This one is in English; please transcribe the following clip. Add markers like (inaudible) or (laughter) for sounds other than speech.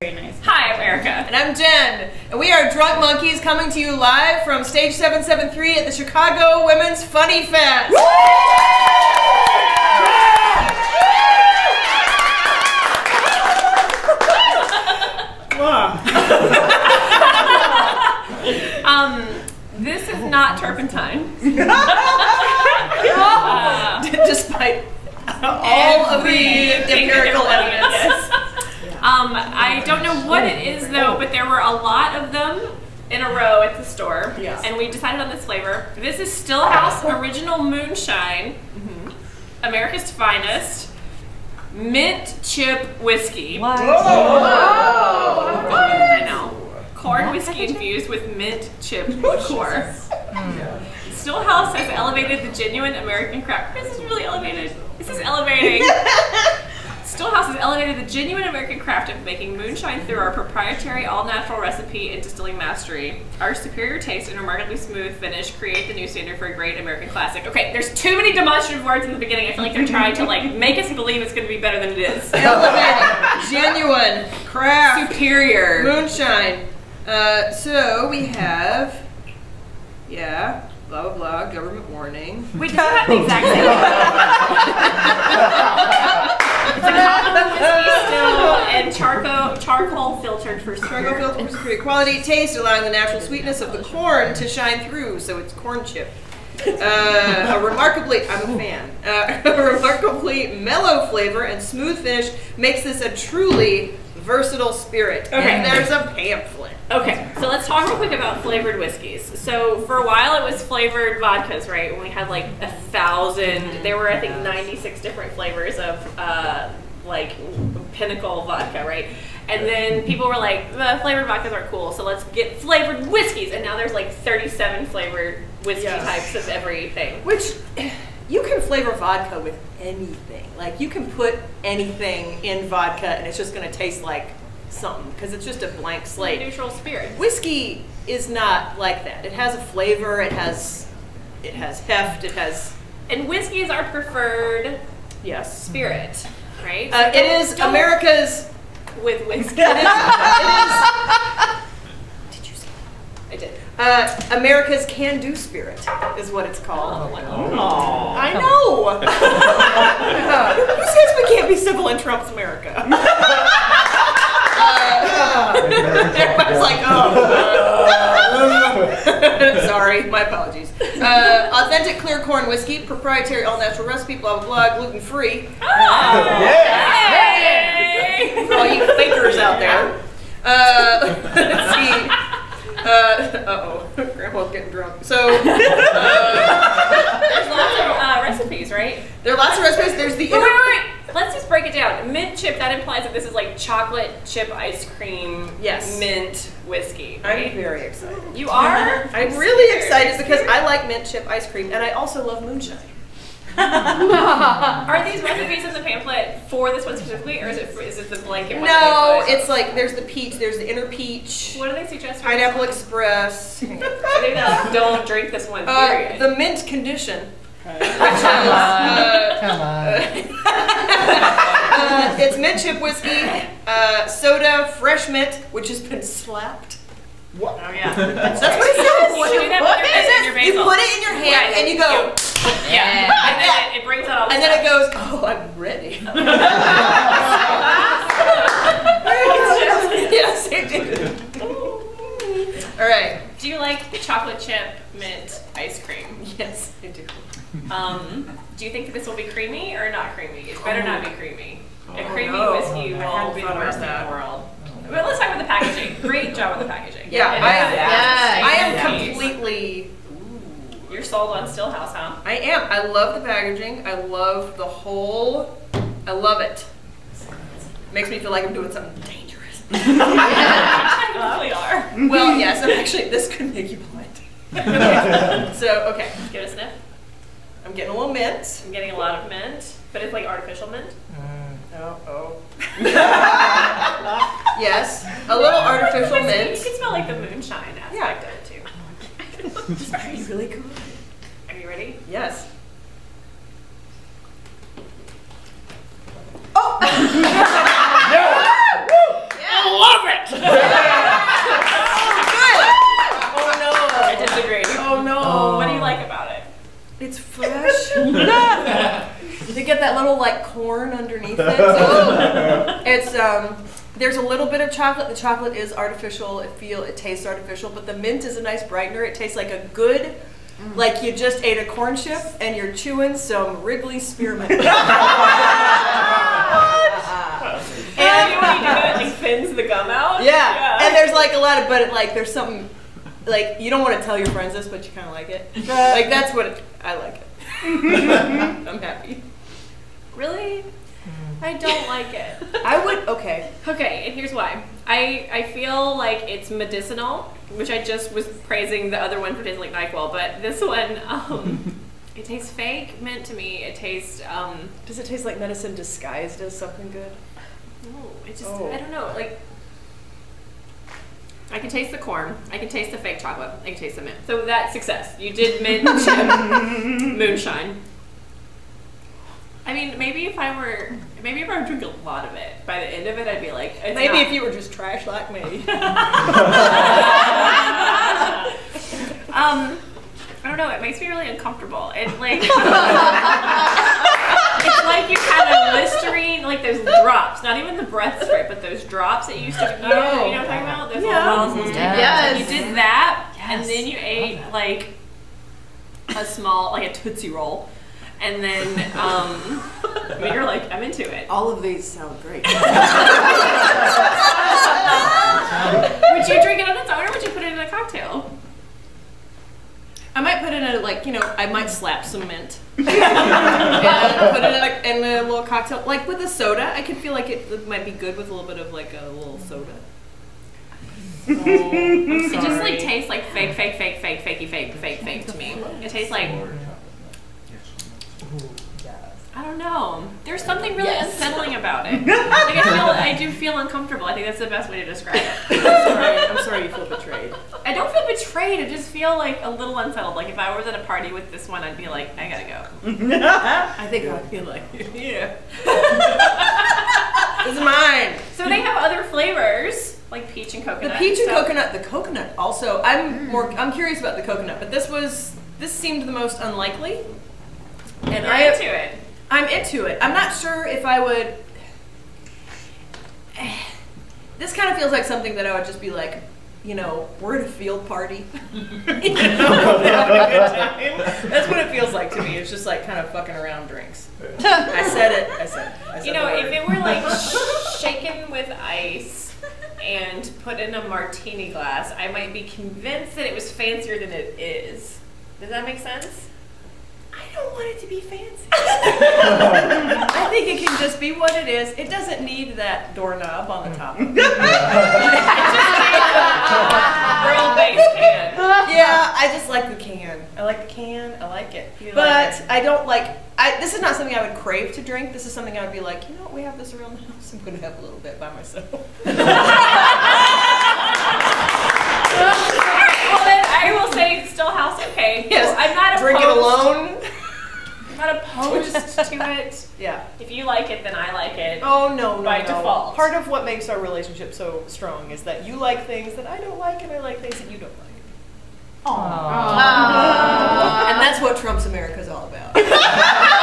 Very nice. Hi, I'm Erica. And I'm Jen, and we are Drunk Monkeys coming to you live from Stage 773 at the Chicago Women's Funny Fest. (laughs) Um, this is not (laughs) turpentine. Uh, Despite all of the empirical (laughs) evidence. um, I don't know what it is though, but there were a lot of them in a row at the store, Yes. and we decided on this flavor. This is Stillhouse Original Moonshine, Mm-hmm. America's Finest. Mint chip whiskey. I know. Corn whiskey infused with mint chip liqueur. Stillhouse has elevated the genuine American craft. This is really elevated. This is elevating. Stillhouse has elevated the genuine American craft of making moonshine through our proprietary all-natural recipe and distilling mastery. Our superior taste and remarkably smooth finish create the new standard for a great American classic. Okay, there's too many demonstrative words in the beginning. I feel like they're trying to like make us believe it's going to be better than it is. Elevated, genuine, craft, Superior. moonshine. Uh, so we have, yeah, blah, blah, blah, government warning. Wait, does that have the exact same? it's a common whiskey still and charcoal, charcoal filtered for Cargo sugar. filled with superior quality taste, allowing the natural sweetness of the corn to shine through, so it's corn chip. Uh, a remarkably, I'm a fan. Uh, (laughs) a remarkably mellow flavor and smooth finish makes this a truly versatile spirit. Okay. And there's a pamphlet. Okay, so let's talk real quick about flavored whiskeys. So for a while it was flavored vodkas, right? When we had like a thousand, there were I think 96 different flavors of uh, like pinnacle vodka, right? And then people were like, uh, flavored vodkas aren't cool, so let's get flavored whiskeys. And now there's like 37 flavored whiskey Yes. types of everything. Which you can flavor vodka with anything. Like you can put anything in vodka, and it's just going to taste like something because it's just a blank slate. neutral spirit. whiskey is not like that. It has a flavor. It has it has heft. It has And whiskey is our preferred yes. spirit, right? Uh, So it is don't (laughs) America's. with (laughs) whiskey. It is, it I did. is uh, America's can-do spirit is what it's Oh, called. wow. I know. (laughs) Who says we can't be civil in Trump's America? (laughs) Uh, Everybody's like, (laughs) (laughs) oh. (laughs) Sorry, my apologies. Uh, authentic clear corn whiskey, proprietary all-natural recipe, blah blah blah, gluten-free. Oh, (laughs) Hey! for all you fakers out there. Uh, (laughs) let's see. Uh (laughs) oh, grandpa's getting drunk. So There's lots of uh, recipes, (laughs) right? there are lots of recipes. There's the Wait, wait, wait, wait. Let's just break it down. Mint chip, that implies that this is like chocolate chip ice cream, Yes. mint whiskey, I'm right? very excited. You are? (laughs) I'm really excited because I like mint chip ice cream and I also love moonshine. Are these recipes in the pamphlet for this one specifically, or is it, is it the blanket one? No, that they put? it's like there's the peach, there's the inner peach, What do they suggest? for this pineapple one? (laughs) express, Maybe they'll- don't drink this one. uh, period. the mint condition, which is uh, Come on. Uh, (laughs) it's mint chip whiskey, uh, soda, fresh mint, which has been slapped. oh yeah. That's what it says. You do that with your- It says your you basil. put it in your hand Right. and you go, Yeah. And then it, it brings out all the and (laughs) then it goes, oh, I'm ready. (laughs) yes, it did. All right. Do you like chocolate chip mint ice cream? Yes, I do. Um, do you think that this will be creamy or not creamy? It better not be creamy. A creamy Oh, no. whiskey I will hadn't be the thought worst in about the world. Well, let's talk about the packaging. Great job with the packaging. Yeah, And I- that's- I am Yes. completely. You're sold on Stillhouse, huh? I am. I love the packaging. I love the whole. I love it. Makes me feel like I'm doing something dangerous. (laughs) You really are. Well, yes, and actually, this could make you blind. (laughs) so, okay, Give it a sniff. I'm getting a little mint. I'm getting a lot of mint, but it's like artificial mint. Oh, oh. (laughs) yes, a little artificial You can mint. smell like the moonshine aspect Yeah. of it too. (laughs) It's really cool. Are you ready? Yes. Oh! I love correct. I disagree. Oh no! What do you like about it? It's fresh. they get that little like corn underneath it. So it's um. There's a little bit of chocolate. The chocolate is artificial. It feel it tastes artificial, but the mint is a nice brightener. It tastes like a good, like you just ate a corn chip and you're chewing some Wrigley spearmint. (laughs) And you need to know it like thins the gum out. Yeah. And there's like a lot of, but it, like there's something, like you don't want to tell your friends this, but you kind of like it. like that's what it, I like it. (laughs) I'm happy. really, I don't like it. I would okay. Okay, and here's why. I, I feel like it's medicinal, which I just was praising the other one for tasting like NyQuil, but this one, (laughs) um, it tastes fake mint to me. It tastes, um, Does it taste like medicine disguised as something good? no, it just, Oh. I don't know, like, I can taste the corn. I can taste the fake chocolate. I can taste the mint. So that's success. You did (laughs) mint chip moonshine. I mean, maybe if I were, maybe if I were drinking a lot of it, by the end of it, I'd be like, it's Maybe not- if you were just trash like me. (laughs) Um, I don't know. It makes me really uncomfortable. It like (laughs) it's like you had a Listerine, like those drops. Not even the breath spray, but those drops that you used to. You know, you know what I'm talking about? Those Yeah. little bottles. of Listerine. Yes. You did that, and Yes. then you ate like a small, like a tootsie roll, and (laughs) then um, I mean, you're like, I'm into it. All of these (laughs) sound great. Would you drink it on its own, or would you put it in a cocktail? I might put it in a, like you know I might slap some mint and put it in a, in a little cocktail like with a soda. I could feel like it might be good with a little bit of like a little soda. It just like tastes like fake, fake, fake, fake, fakey, fake, fake, fake to me. It tastes like I don't know. There's something really unsettling about it. Like I feel, I do feel uncomfortable. I think that's the best way to describe it. sorry. (laughs) I'm sorry you feel betrayed. I don't feel betrayed. I just feel like a little unsettled. Like if I was at a party with this one, I'd be like, I gotta go. I think I feel like (laughs) yeah. this is (laughs) mine. So they have other flavors like peach and The coconut. peach and So- coconut. The coconut also. I'm more. I'm curious about the coconut, but this was this seemed the most unlikely. And You're I into it. I'm into it. I'm not sure if I would. (sighs) This kind of feels like something that I would just be like, you know, we're at a field party. (laughs) you know, having (laughs) a good time. That's what it feels like to me. It's just like kind of fucking around drinks. I said it. I said. It. I said You the know, word. if it were like sh- shaken with ice and put in a martini glass, I might be convinced that it was fancier than it is. Does that make sense? I don't want it to be (laughs) fancy. (laughs) I think it (laughs) can just be what it is. It doesn't need that doorknob on the (laughs) top. Real base (laughs) can. yeah, I just like the can. I like the can. I like it. You like but it. I don't like. I, this is not something I would crave to drink. This is something I would be like, you know what, we have this around the house. (laughs) I'm going to have a little bit by myself. well, then I will say still house okay. Yes, I'm not Drink it opposed- alone. I'm not opposed to it. Yeah. If you like it, then I like it. Oh no, no, By no. default. Part of what makes our relationship so strong is that you like things that I don't like, and I like things that you don't like. (laughs) And that's what Trump's America is all about.